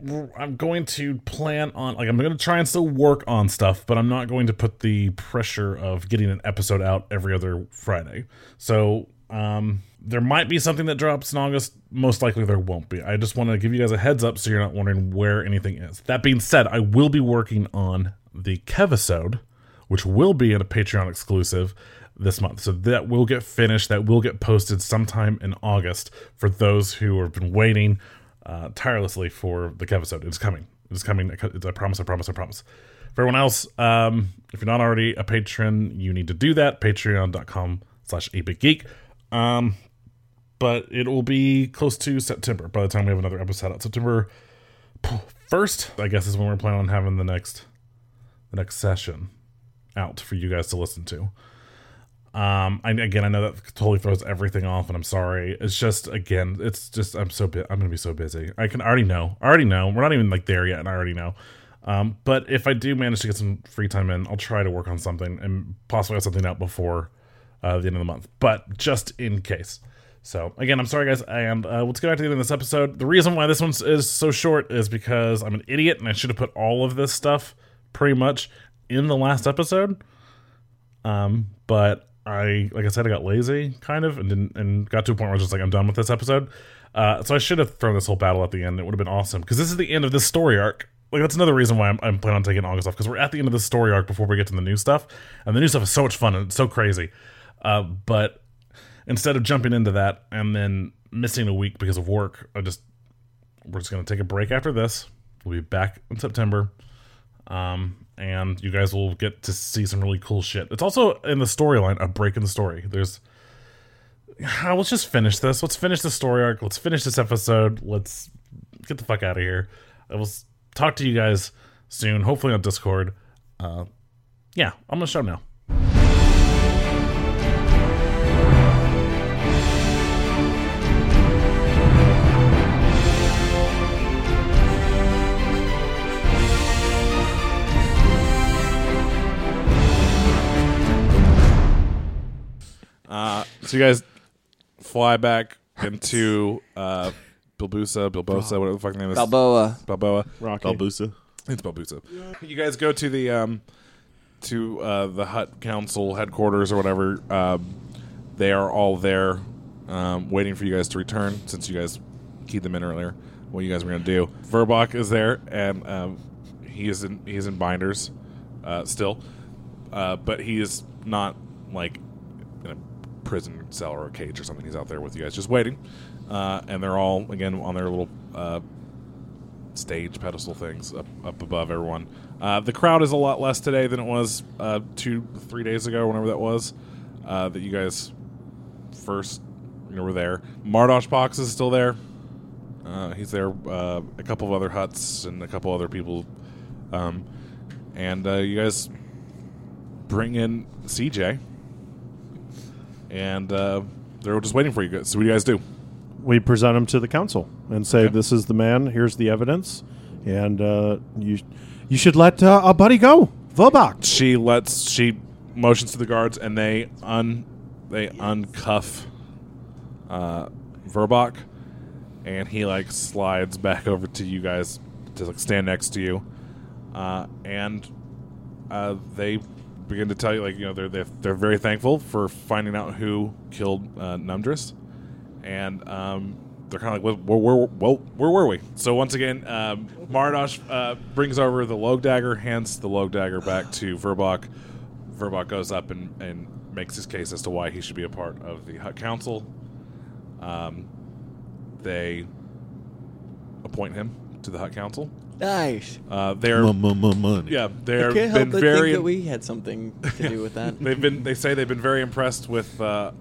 S2: we're- I'm going to plan on like I'm going to try and still work on stuff, but I'm not going to put the pressure of getting an episode out every other Friday. So um, there might be something that drops in August. Most likely there won't be. I just want to give you guys a heads up so you're not wondering where anything is. That being said, I will be working on the Kevisode, which will be in a Patreon exclusive this month. So that will get finished. That will get posted sometime in August for those who have been waiting uh, tirelessly for the episode. It's coming. It's coming. I promise. I promise. I promise. For everyone else, um, if you're not already a patron, you need to do that. Patreon.com slash epicgeek. Um, but it will be close to September by the time we have another episode out. September 1st, I guess, is when we're planning on having the next the next session out for you guys to listen to. Um, I, again, I know that totally throws everything off, and I'm sorry. It's just again, it's just I'm so bu- I'm gonna be so busy. I can already know, I already know. We're not even like there yet, and I already know. Um, but if I do manage to get some free time in, I'll try to work on something and possibly have something out before uh, the end of the month. But just in case. So again, I'm sorry, guys, and uh, let's get back to the end of this episode. The reason why this one is so short is because I'm an idiot, and I should have put all of this stuff pretty much in the last episode. Um, but I, like I said, I got lazy kind of and didn't, and got to a point where I was just like, I'm done with this episode. Uh, so I should have thrown this whole battle at the end. It would have been awesome because this is the end of this story arc. Like that's another reason why I'm, I'm planning on taking August off because we're at the end of the story arc before we get to the new stuff, and the new stuff is so much fun and it's so crazy. Uh, but instead of jumping into that and then missing a week because of work, I just we're just gonna take a break after this. We'll be back in September um, and you guys will get to see some really cool shit. It's also in the storyline a break in the story. There's ah, let's just finish this. Let's finish the story arc. Let's finish this episode. Let's get the fuck out of here. I will s- talk to you guys soon, hopefully on Discord. Uh, yeah, I'm gonna shut up now. Uh, So you guys fly back into uh, Bilbusa, Bilbosa, whatever the fuck name is,
S1: Balboa.
S2: Balboa.
S3: Rocky.
S5: Balbusa.
S2: It's Balbusa. You guys go to the um, to uh, the hut council headquarters or whatever. Um, they are all there, um, waiting for you guys to return. Since you guys keyed them in earlier, what you guys were going to do? Verbach is there, and um, he is in he's in binders uh, still, uh, but he is not like in a prison cell or a cage or something. He's out there with you guys, just waiting. Uh, and they're all again on their little uh, stage pedestal things up, up above everyone. Uh, the crowd is a lot less today than it was uh, two, three days ago, whenever that was, uh, that you guys first you know, were there. Mardosh Box is still there. Uh, he's there. Uh, a couple of other huts and a couple other people. Um, and uh, you guys bring in CJ. And uh, they're just waiting for you guys. So what do you guys do?
S3: we present him to the council and say,
S2: Okay.
S3: "This is the man. Here's the evidence, and uh, you you should let uh, our buddy go, Verbach."
S2: She lets she motions to the guards and they un they uncuff uh Verbach and he like slides back [LAUGHS] over to you guys to like stand next to you. Uh and uh they begin to tell you like you know they're they're, they're very thankful for finding out who killed uh Numdris and um they're kind of like, where, where, where, where were we? So once again, um, Mardosh uh, brings over the log dagger, hands the log dagger back to Verbach. Verbach goes up and, and makes his case as to why he should be a part of the Hut Council. Um, they appoint him to the Hut Council.
S1: Nice.
S2: Uh, they're
S5: Money.
S2: yeah, [LAUGHS]
S1: I
S2: they're
S1: can't help
S2: been
S1: but
S2: very
S1: think that we had something to do with
S2: [LAUGHS]
S1: that.
S2: they've been they say they've been very impressed with uh,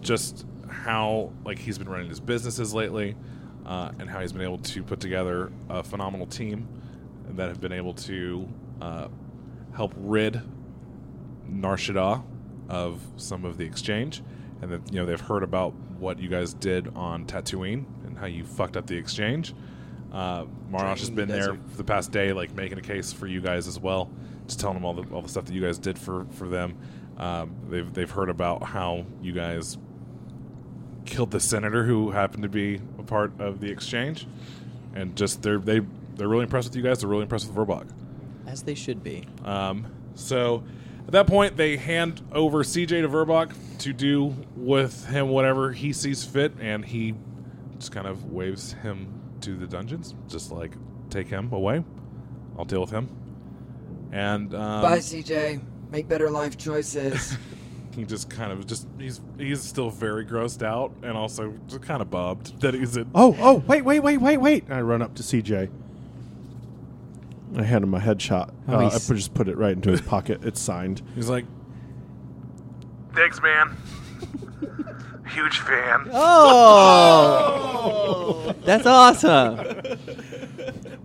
S2: just how like he's been running his businesses lately uh, and how he's been able to put together a phenomenal team that have been able to uh, help rid Narshada of some of the exchange and that you know they've heard about what you guys did on Tatooine and how you fucked up the exchange uh, Marash has
S4: Drain
S2: been
S4: the
S2: there
S4: desert.
S2: for the past day, like making a case for you guys as well, just telling them all the all the stuff that you guys did for for them. Um, they've they've heard about how you guys killed the senator who happened to be a part of the exchange, and just they're they they're really impressed with you guys. They're really impressed with Verbach.
S1: As they should be.
S2: Um, so at that point, they hand over CJ to Verbach to do with him whatever he sees fit, and he just kind of waves him to the dungeons, just like take him away. I'll deal with him. And um,
S8: Bye, CJ. Make better life choices.
S2: he just kind of just he's he's still very grossed out and also just kind of bobbed that he's in.
S3: Oh, oh, wait, wait, wait, wait, wait! I run up to CJ. I hand him a headshot.
S6: Oh,
S3: Uh, I
S6: he's-
S3: put, just put it right into his pocket. It's signed.
S2: He's like,
S9: Thanks, man. Huge fan.
S1: Oh! That's awesome.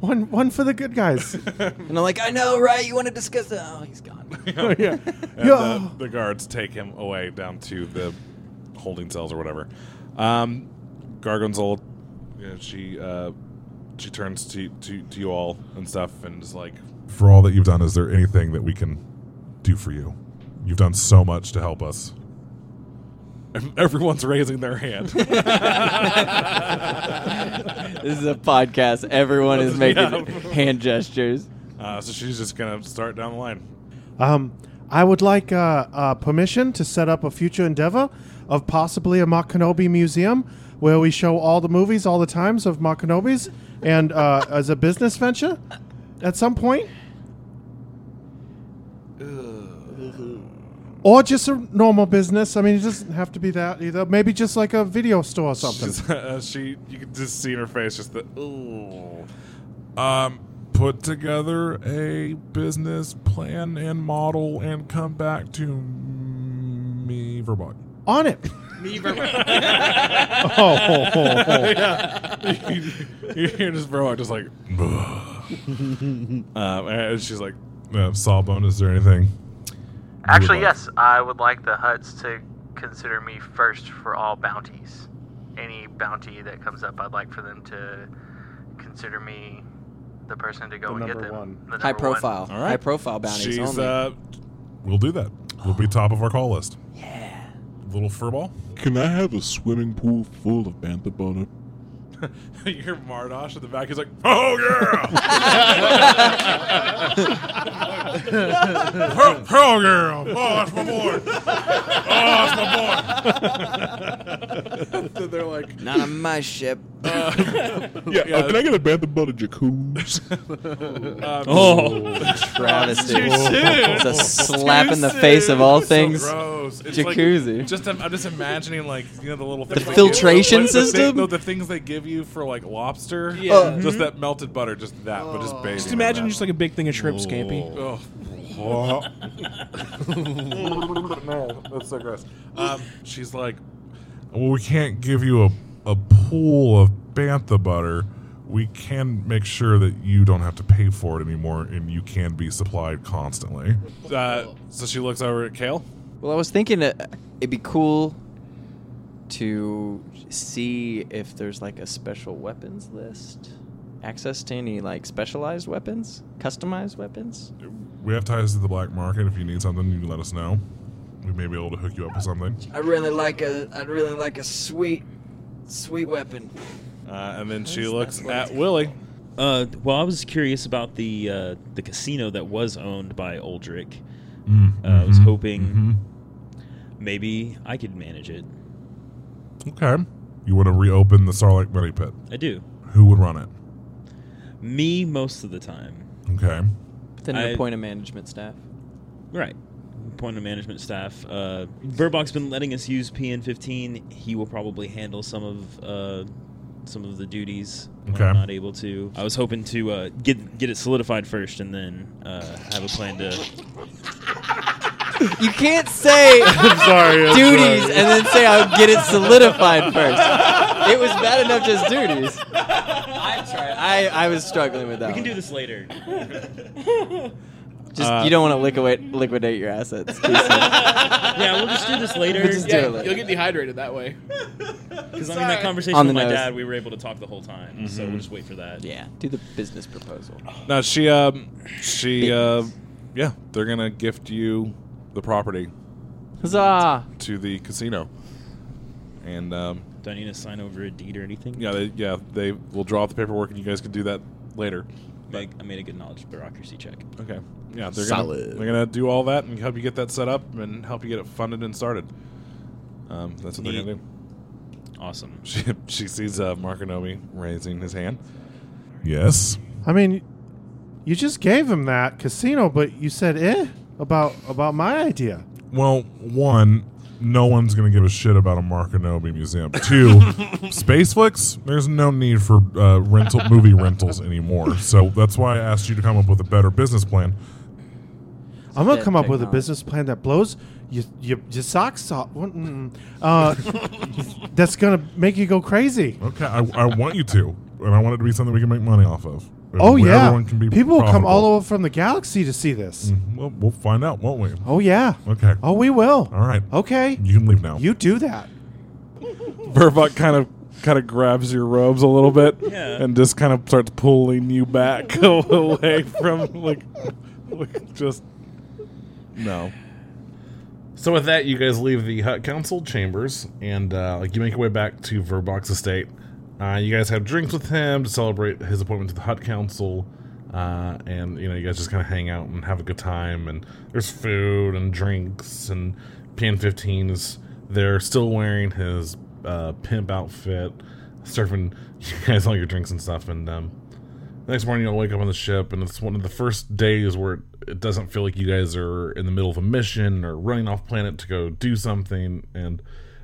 S3: One, one for the good guys.
S1: And I'm like, I know, right? You want to discuss it? Oh, he's gone.
S3: Oh, [LAUGHS] [LAUGHS] yeah,
S2: and
S3: yeah.
S2: the, the guards take him away down to the holding cells or whatever. Um, Gargonzole, you know, she uh, she turns to, to to you all and stuff, and is like, "For all that you've done, is there anything that we can do for you? You've done so much to help us." Everyone's raising their
S1: [LAUGHS]
S2: hand.
S1: This is a podcast. Everyone is making hand gestures.
S2: uh, so she's just gonna start down the line.
S3: Um, I would like uh, uh, permission to set up a future endeavor of possibly a Mark Kenobi museum where we show all the movies, all the times of Mark Kenobi's, and uh, [LAUGHS] as a business venture at some point. Or just a normal business. I mean, it doesn't have to be that either. Maybe just like a video store or something.
S2: She's- uh, she, you can just see in her face, just the ooh. Um, put together a business plan and model, and come back to me, Verbot.
S3: On it. oh, oh, oh, [LAUGHS] oh.
S2: [LAUGHS] you hear just Verbot just like, [LAUGHS] um, and she's like, uh, Sawbone, is there anything?
S9: Actually,
S2: You would like-
S9: yes, I would like the huts to consider me first for all bounties. Any bounty that comes up, I'd like for them to consider me the person to go and
S3: The
S9: get
S3: [LAUGHS] number
S9: them.
S3: one.
S9: The
S1: High
S9: number one.
S1: profile.
S2: All right.
S1: High profile bounties
S2: She's,
S1: only.
S2: uh,
S10: We'll do that.
S2: will [GASPS] be top of our call list. Yeah. Little furball.
S10: Can I have a swimming pool full of Bantha Bona?
S2: you hear Mardosh in the back. He's like, "Oh yeah, oh, oh, girl, oh that's my boy, oh that's my boy."
S1: Not on my ship.
S10: yeah, uh, can I get a bathroom butter jacuzzi?
S2: Um,
S1: travesty. It's a slap in the face of all things.
S2: gross. It's like-
S1: jacuzzi.
S2: just I'm, I'm just imagining like you know the little things they give-
S1: filtration
S2: the- the thing-
S1: system? Mm-hmm.
S2: no, the things they give you for like lobster.
S7: Yeah. Uh,
S2: just that melted butter, just that, but just baby.
S7: Just imagine just like a big thing of shrimp scampi.
S2: Oh.
S11: [LAUGHS]
S2: no, that's so gross. Um, she's like,
S11: Well, we can't give you a, a pool of bantha butter. We can make sure that you don't have to pay for it anymore and you can be supplied constantly.
S2: uh, so she looks over at Kale.
S1: Well, I was thinking uh, it'd be cool to see if there's like a special weapons list, access to any like specialized weapons, customized weapons.
S11: We have ties to the black market. If you need something, you can let us know. We may be able to hook you up with something.
S8: I really like a. I'd really like a sweet, sweet weapon.
S2: Uh, and then she looks at Willie. [LAUGHS]
S4: Uh, well, I was curious about the uh, the casino that was owned by Aldrich.
S11: Mm,
S4: uh, I was
S11: mhm,
S4: hoping Mm-hmm. maybe I could manage it.
S11: Okay. You want to reopen the Sarlacc Money Pit?
S4: I do.
S11: Who would run it?
S4: Me most of the time.
S11: Okay.
S1: Then
S4: I-
S1: appoint a management staff.
S4: Right. Point of management staff. Uh, Burbach's been letting us use PN15. He will probably handle some of uh, some of the duties. when
S11: Okay.
S4: I'm not able to. I was hoping to uh, get get it solidified first, and then uh, have a plan to.
S1: You can't
S4: [LAUGHS]
S1: say
S4: I'm sorry, I'm
S2: uh,
S1: [LAUGHS] duties
S4: sorry.
S1: and then say I'll get it solidified first. It was bad enough just duties.
S4: I'm sorry.
S1: I, I was struggling with that.
S4: We can
S1: one.
S4: do
S1: [LAUGHS]
S4: this later.
S1: Just
S4: Uh,
S1: you don't want to liquidate liquidate your assets. Keeson.
S4: yeah, we'll just do this later.
S1: We'll just do it later.
S7: You'll get dehydrated that way.
S4: Because I mean, that conversation
S1: On
S4: with
S1: the
S4: my
S1: nose. Mm-hmm.
S4: dad, we were able to talk the whole time. So
S2: Mhm.
S4: we'll just wait for that.
S1: yeah, do the business proposal.
S2: No, she um she uh yeah, they're gonna gift you the property.
S1: Huzzah!
S2: To the casino. And um
S4: Do I need to sign over a deed or anything?
S2: yeah, they yeah, they will draw up the paperwork and you guys can do that later.
S4: Like, I made a good knowledge bureaucracy check.
S2: Okay. Yeah, they're gonna
S5: Solid.
S2: they're gonna do all that and help you get that set up and help you get it funded and started. Um that's what they're
S4: Neat.
S2: gonna do. [LAUGHS]
S4: Awesome.
S2: She she sees uh Marconomi raising his hand.
S11: Yes.
S3: I mean, you just gave him that casino, but you said eh about about my idea.
S11: Well, one, no one's going to give a shit about a Markanobi museum. Two, Spaceflix, there's no need for uh, rental movie rentals anymore. So that's why I asked you to come up with a better business plan.
S3: I'm gonna
S1: Dead
S3: come up with a
S1: technology.
S3: business plan that blows your your, your socks off. What- mm, Uh,
S4: [LAUGHS]
S3: that's gonna make you go crazy.
S11: Okay, I, I want you to, and I want it to be something we can make money off of.
S3: Oh
S11: Where
S3: yeah,
S11: everyone can be
S3: people will come all
S11: profitable.
S3: over from the galaxy to see this.
S11: Mm, Well, we'll find out, won't we?
S3: Oh yeah.
S11: Okay. Uh, mm.
S3: Oh, we will.
S11: All right.
S3: Okay.
S11: You can leave now.
S3: You do that.
S2: Verbuck kind of kind of grabs your robes a little bit
S4: Yeah.
S2: and just kind of starts pulling you back [LAUGHS] away from like, like just no.
S5: So with that, you guys leave the Hut Council chambers, and uh, like you make your way back to Verbox Estate. Uh, you guys have drinks with him to celebrate his appointment to the Hut Council, uh, and you know you guys just kind of hang out and have a good time. And there's food and drinks, and PN15 is there, still wearing his uh, pimp outfit, serving [LAUGHS] you guys all your drinks and stuff. And um, the next morning, you'll wake up on the ship, and it's one of the first days where it- it doesn't feel like you guys are in the middle of a mission or running off planet to go do something. And,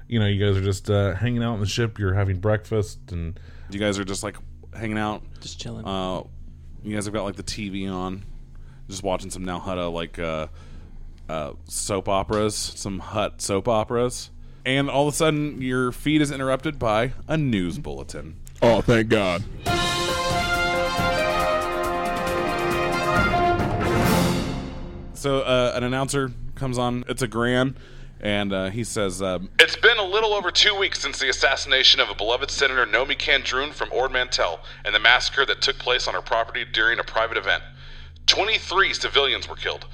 S5: you know, you guys are just uh, hanging out on the ship. You're having breakfast, and
S2: You guys are just like hanging out,
S1: Just chilling.
S2: Uh, you guys have got like the TV on, just watching some now Hutta like uh, uh, soap operas, some Hut soap operas, and all of a sudden your feed is interrupted by a news bulletin.
S10: Oh, thank God.
S2: So uh, an announcer comes on. It's a grand, and uh, he says, uh, "It's been a little over two weeks since the assassination of a beloved senator, Nomi Candrun from Ord Mantell, and the massacre that took place on her property during a private event. Twenty-three civilians were killed,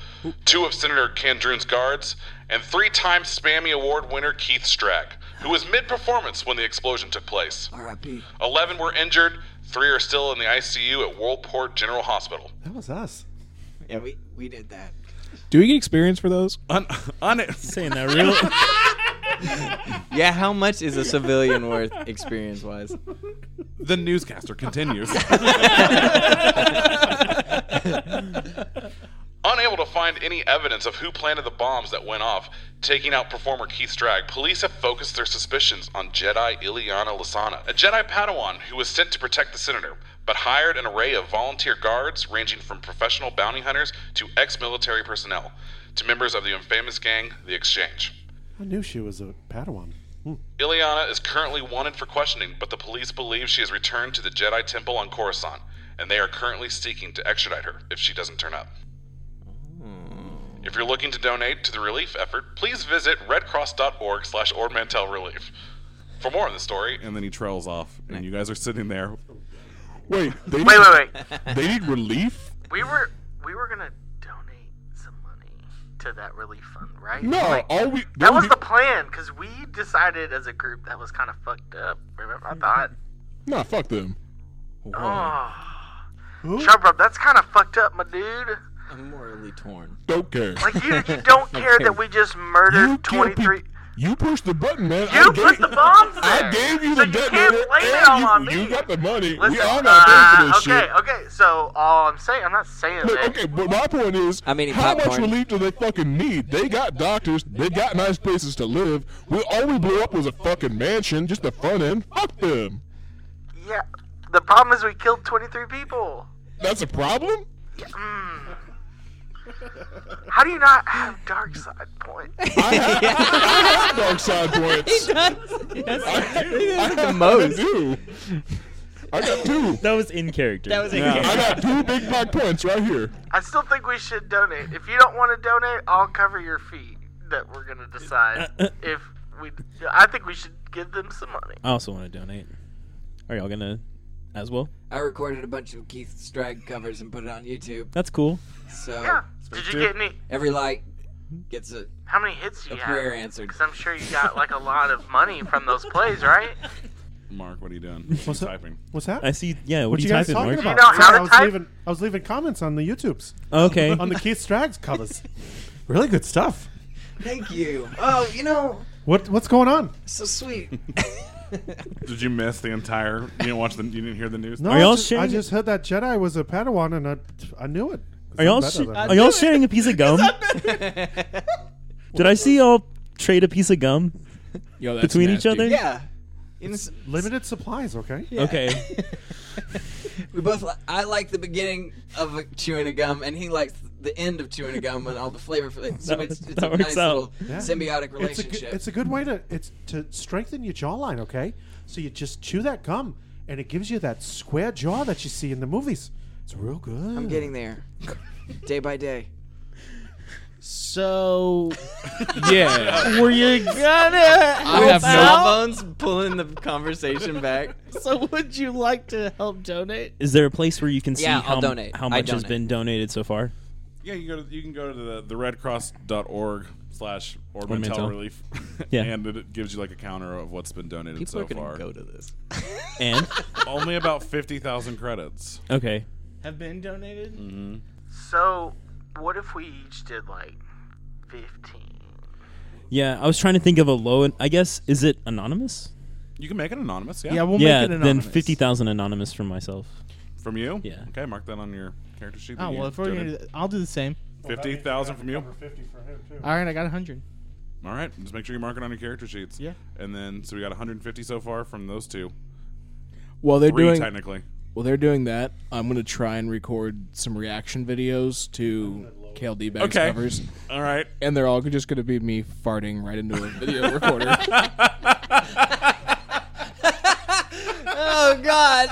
S2: two of Senator Candrun's guards, and three-time Spammy Award winner Keith Strag, who was mid-performance when the explosion took place.
S8: R.I.P.
S2: 11 were injured, three are still in the ICU at Worldport General Hospital."
S3: That was us.
S8: Yeah, we we did that.
S7: Do we get experience for those?
S2: Un- un-
S8: [LAUGHS]
S4: Saying that real.
S1: yeah, how much is a civilian
S8: [LAUGHS]
S1: worth experience wise?
S2: The
S12: [LAUGHS]
S2: newscaster continues.
S12: Unable to find any evidence of who planted the bombs that went off, taking out performer Keith Strag, police have focused their suspicions on Jedi Ileana Lasana, a Jedi Padawan who was sent to protect the Senator, but hired an array of volunteer guards ranging from professional bounty hunters to ex military personnel, to members of the infamous gang, The Exchange.
S3: I knew she was a Padawan. Hmm.
S12: Ileana is currently wanted for questioning, but the police believe she has returned to the Jedi Temple on Coruscant, and they are currently seeking to extradite her if she doesn't turn up. If you're looking to donate to the relief effort, please visit redcross.org slash ormantelrelief. For more on the story,
S2: and then he trails off, and you guys are sitting there.
S7: Wait, they
S2: Wait,
S7: need,
S2: wait,
S6: wait.
S7: They need relief?
S6: We were we were gonna donate some money to that relief fund, right?
S7: No,
S6: Like,
S7: all we-
S6: that
S7: there
S6: was
S7: we-
S6: the plan because we decided as a group that was kind of fucked up. Remember, I thought,
S7: Nah, fuck them.
S6: oh, Shubrub, that's kind of fucked up, my dude.
S1: I'm morally torn.
S7: Don't care.
S6: Like you,
S7: [LAUGHS]
S6: you don't care that we just murdered
S7: You can't be-
S6: 23.
S7: You pushed the button, man.
S6: You
S7: I
S6: pushed
S7: gave,
S6: the bombs
S7: I
S6: there.
S7: gave you
S6: So
S7: the
S6: you can't
S7: detonator.
S6: blame it
S7: and
S6: all
S7: you,
S6: on
S7: you
S6: me.
S7: got the money. we
S6: Listen,
S7: all got paid for
S6: uh,
S7: this
S6: okay,
S7: shit.
S6: okay. So all I'm saying, I'm not saying
S7: Look,
S6: that.
S7: okay, but my point is, how much
S6: popcorn.
S7: relief do they fucking need? They got doctors, they got nice places to live. We all we blew up was a fucking mansion, just the front end. Fuck them.
S6: Yeah, the problem is we killed 23 people.
S7: That's a problem.
S6: Mm. How do you not have dark side points?
S7: I have dark side points.
S13: [LAUGHS]
S6: He does. Yes,
S7: I,
S6: he does.
S7: I
S6: The
S7: have-
S6: most.
S7: I do. I got two.
S4: That was in character.
S6: That was in
S7: I got two big black points right here.
S6: I still think we should donate. If you don't want to donate, I'll cover your fee. That we're gonna decide if we. I think we should give them some money.
S4: I also want to donate. Are y'all gonna as well?
S8: I recorded a bunch of Keith Strag covers and put it on YouTube.
S4: That's cool.
S8: So
S6: Yeah. Did you get any-
S8: Every like gets a
S6: How many hits do
S8: a
S6: you have?
S8: prayer answered.
S6: Because I'm sure you got like a lot of money from those plays, right?
S2: Mark, what are you doing? What's typing?
S3: What's that?
S4: I see- yeah, what are you
S3: guys
S4: typing,
S3: talking
S4: Mark?
S3: about?
S4: You
S6: how
S4: know
S3: Sorry,
S6: to
S3: I was
S6: type?
S3: leaving. I was leaving comments on the YouTubes.
S4: Okay.
S3: on the Keith Strags covers. [LAUGHS] really good stuff.
S8: Thank you. Oh, you know,
S3: What what's going on?
S8: so [LAUGHS] sweet.
S2: Did you miss the entire? You didn't watch the. You didn't hear the news.
S3: No, I, just, I just heard that Jedi was a Padawan, and I I knew it.
S4: Are y'all
S3: Better
S4: sh-
S3: than
S4: are
S3: that.
S4: y'all sharing a piece of gum? Did I see y'all trade a piece of gum
S3: Yo, that's
S4: between each
S3: nasty.
S4: other?
S8: yeah.
S3: It's limited supplies, okay?
S8: Yeah. we both. Li- I like the beginning of a- chewing a gum, and he likes the end of chewing a gum and all the flavor. For
S3: [LAUGHS]
S8: it. So
S4: That-
S8: it's, it's
S4: that
S8: a
S4: works
S8: nice
S4: out.
S8: little
S3: Yeah.
S8: symbiotic
S3: It's a
S8: relationship.
S3: good- It's a, good way to it's to strengthen your jawline, okay? So you just chew that gum, and it gives you that square jaw that you see in the movies. It's real good.
S8: I'm getting there, day by day.
S13: So,
S1: Yeah.
S13: were you gonna?
S1: I
S13: help
S1: have
S13: out?
S1: sawbones pulling the conversation back.
S13: So, would you like to help donate?
S4: Is there a place where you can see
S1: Yeah,
S4: how,
S1: I'll
S4: m-
S1: donate.
S4: how
S1: I
S4: much has
S1: donate.
S4: been donated so far?
S2: Yeah, you go to you can go to the the redcross.org slash ornamental
S4: Ornamental.
S2: relief.
S4: Yeah.
S2: and it, it gives you like a counter of what's been donated
S1: People
S2: so
S1: are gonna
S2: far.
S1: go to this.
S4: And [LAUGHS]
S2: only about fifty thousand
S1: [LAUGHS]
S2: credits.
S4: okay,
S13: Have been donated?
S2: Mm-hmm.
S6: So, what if we each did like 15?
S4: yeah, I was trying to think of a low. I guess is it anonymous?
S2: You can make it anonymous. Yeah.
S4: yeah. Then fifty thousand anonymous from myself.
S2: from you. Yeah. Okay, mark that on your character sheet.
S6: Ah,
S13: Oh well, if we're gonna, do that, I'll do the same.
S2: fifty thousand from you.
S13: All right, I got hundred.
S2: All right, just make sure you mark it on your character sheets.
S13: Yeah.
S2: And then so we got 150 so far from those two.
S14: While they're
S2: Three,
S14: doing
S2: technically.
S14: While they're doing that, I'm gonna try and record some reaction videos to Kale D Bags
S2: Okay.
S14: covers.
S2: All right.
S14: And they're all just gonna be me farting right into a
S2: [LAUGHS]
S14: video recorder.
S1: Oh
S8: [LAUGHS]
S1: God!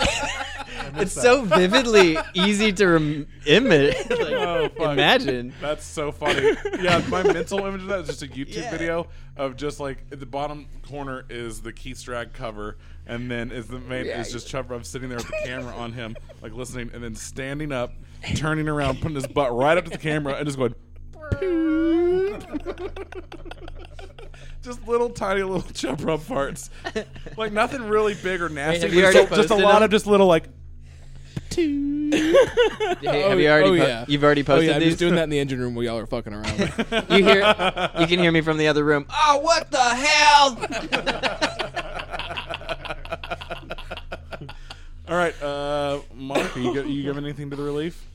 S1: it's so vividly easy to rem-
S8: [LAUGHS]
S1: image. like,
S2: Oh, fuck.
S1: imagine.
S2: That's so funny. Yeah, my mental image of that is just a YouTube video of just like at the bottom corner is the Keith Strag cover, and then is the main is just Chubb Rubb sitting there with the camera on him, like listening, and then standing up, turning around, putting his butt right up to the camera, and just going. [LAUGHS] Just little tiny little chub rub farts, like nothing really big or nasty.
S1: have you
S2: just,
S1: already
S2: a- just a
S1: posted
S2: lot
S1: them?
S2: of just little like
S1: have you already po- you've already posted
S7: oh, yeah, I'm
S1: these?
S7: just doing that in the engine room while y'all are fucking around. [LAUGHS]
S1: you hear you can hear me from the other room.
S8: Oh, what the hell?
S2: All right, uh, Mark, are you, go- you giving anything to the relief?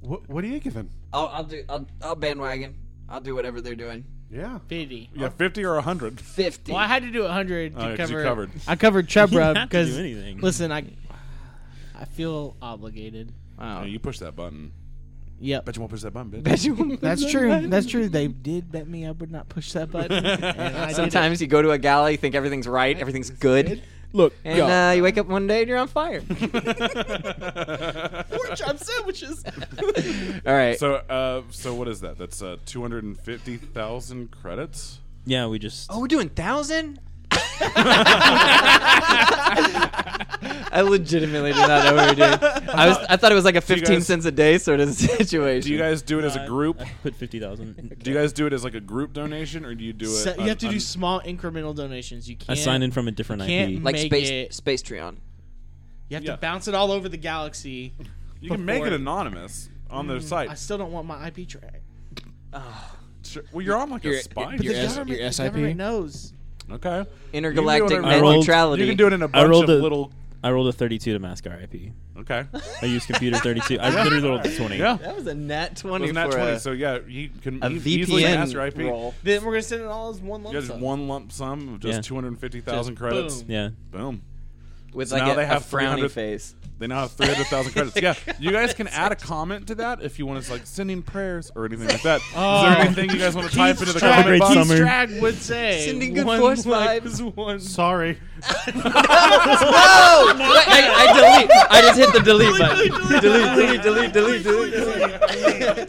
S3: What, what are you giving?
S8: I'll, I'll do. I'll, I'll bandwagon. I'll do whatever they're doing.
S3: Yeah.
S6: 50.
S2: Yeah, fifty or hundred.
S8: Fifty.
S6: Well, I had to do 100 to
S2: Oh, yeah, 'cause you
S6: cover.
S2: covered.
S6: I
S4: [LAUGHS]
S6: covered Chub
S2: You
S6: Rub
S2: have to
S6: because.
S2: do anything.
S6: Listen, I, I feel obligated.
S1: Wow,
S2: you pushed that button.
S6: Yep.
S2: Bet you won't push that button, bitch.
S6: [LAUGHS] That's true. That's true. They did bet me I would not push that
S4: [LAUGHS]
S6: button. and I did it. [LAUGHS]
S1: Sometimes you go to a gala, you think everything's right, everything's good.
S7: Look,
S1: and
S6: y'all-
S1: uh, you wake up one day and you're
S2: [LAUGHS]
S1: on fire.
S6: pork chop sandwiches.
S1: All right.
S2: So, uh, so what is that? That's uh, two hundred and fifty thousand credits.
S4: Yeah, we just.
S1: Oh, we're doing
S2: [LAUGHS]
S1: thousand. I legitimately did not know what we were doing. I was, I thought it was like a
S2: Do you
S1: fifteen
S2: guys-
S1: cents a day sort of [LAUGHS] situation.
S2: Do you guys do it as a group?
S4: put fifty thousand.
S2: Do you guys do it as like a group donation, or do you do it?
S6: So you
S2: on-
S6: have to
S2: on-
S6: do small incremental donations. You
S4: I
S6: can't.
S4: signed in from a different
S6: you can't
S4: IP.
S6: Like make space- it-
S1: space Treon.
S6: You have
S2: Yeah.
S6: to bounce it all over the galaxy.
S2: You can make it
S6: before-
S2: anonymous on their
S6: Mm, I
S2: site.
S6: still don't want my IP track.
S2: Sure. Well, you're on like a spy.
S6: But the
S2: unit.
S6: government, the government knows.
S2: Okay.
S1: Intergalactic
S2: You can do it
S1: net
S2: in-
S1: neutrality.
S2: You can do it in a
S4: I
S2: bunch
S4: rolled
S2: of
S4: a,
S2: little.
S4: I rolled a thirty-two to mask our IP.
S2: Okay.
S4: I used computer thirty-two.
S2: [LAUGHS]
S4: I literally rolled a twenty.
S2: Yeah.
S1: That was a nat twenty.
S2: Wasn't that
S1: [LAUGHS] for
S2: twenty?
S1: a-
S2: so yeah, you can
S1: a
S2: e- easily
S1: VPN
S2: master IP.
S1: roll.
S6: Then we're gonna send it all as one lump
S2: Yeah, just
S6: sum.
S2: one lump sum of just
S4: Yeah.
S2: two hundred fifty thousand
S6: Just
S2: credits.
S6: boom.
S4: Yeah.
S2: Boom.
S1: With
S2: So
S1: like
S2: now
S1: a,
S2: they
S1: a
S2: have
S1: frowny
S2: 300
S1: face.
S2: They now have 300,000 credits.
S6: [LAUGHS]
S2: Yeah, you guys can add a comment to that if you want to, like, sending prayers or anything like
S6: [LAUGHS]
S2: that.
S6: Oh.
S2: Is there anything you guys want to type into the
S6: Keith Strag-
S2: comment box?
S6: Keith Strag would say.
S1: Sending good
S6: one
S1: force
S6: like
S1: vibes.
S6: is
S3: [LAUGHS]
S6: one.
S3: Sorry.
S1: no! Wait, I, I delete. I just hit the delete
S6: [LAUGHS]
S1: button. delete, delete, delete, delete, delete,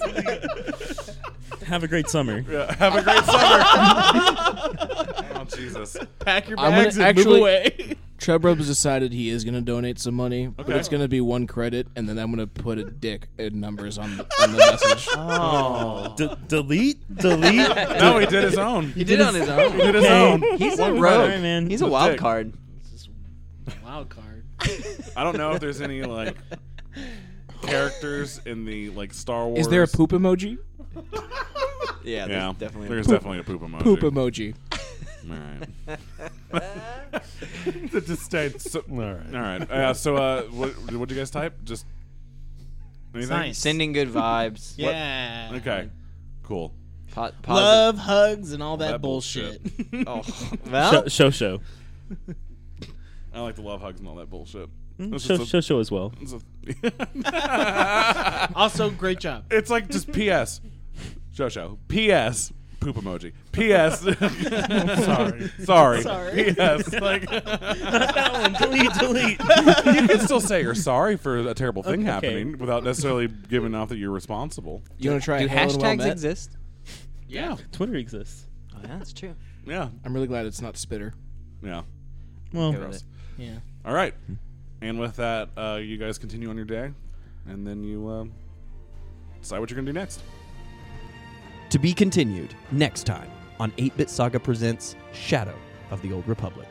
S4: Have a great summer.
S2: Yeah, have a great summer. oh, Jesus.
S6: Pack your
S7: I'm gonna
S6: bags and
S7: actually-
S6: move
S7: [LAUGHS]
S6: away.
S7: Chubrub's decided he is going to donate some money, but
S2: Okay.
S7: it's going to be one credit, and then I'm going to put a dick in numbers
S2: [LAUGHS]
S7: on, on the message.
S1: Oh.
S4: D- delete, [LAUGHS] delete.
S2: No, he did his own.
S1: He did it on his own.
S2: He did his own.
S1: He's a
S2: One
S1: rogue.
S2: credit.
S4: man.
S1: He's a
S2: The
S1: wild
S2: dick.
S1: card.
S6: Wild card.
S2: I don't know if there's any, like, characters in the, like, Star Wars.
S7: Is there a poop emoji?
S1: Yeah, there's
S2: Yeah,
S1: definitely.
S2: there's
S7: Poop-
S2: definitely a poop emoji.
S7: Poop emoji.
S2: All right.
S5: the disdain.
S2: So,
S5: All right.
S2: All right. Uh, so, uh, what what you guys type? Just anything?
S6: Science.
S1: Sending good vibes.
S6: Yeah.
S2: Okay. Cool.
S1: Po- positive.
S6: Love, hugs, and all that,
S2: that
S6: bullshit.
S1: Oh,
S4: Show
S1: well,
S4: show. show.
S2: I like the love hugs and all that bullshit.
S4: Mm,
S2: This is
S4: Show,
S2: a-
S4: show show as well.
S2: It's, [LAUGHS]
S6: also, great job.
S2: like just P.S. Show show. P.S. Poop emoji. P.S.
S5: Sorry.
S2: [LAUGHS] Sorry.
S6: Sorry.
S2: P.S. Like
S4: that one. Delete, delete.
S2: you can still say you're sorry for a terrible thing
S4: Okay.
S2: happening without necessarily giving off that you're responsible.
S7: You want to try
S1: do
S7: Hello and Well
S1: hashtags
S7: Met?
S1: exist?
S4: Yeah. Twitter exists.
S1: Oh, yeah, that's true.
S2: Yeah.
S7: I'm really glad it's not Spitter.
S2: Yeah.
S4: Well,
S1: with
S2: Gross.
S1: it.
S6: Yeah.
S2: All right. And with that, uh, you guys continue on your day, and then you uh, decide what you're gonna do next.
S1: To be continued next time on 8 Bit Saga presents Shadow of the Old Republic.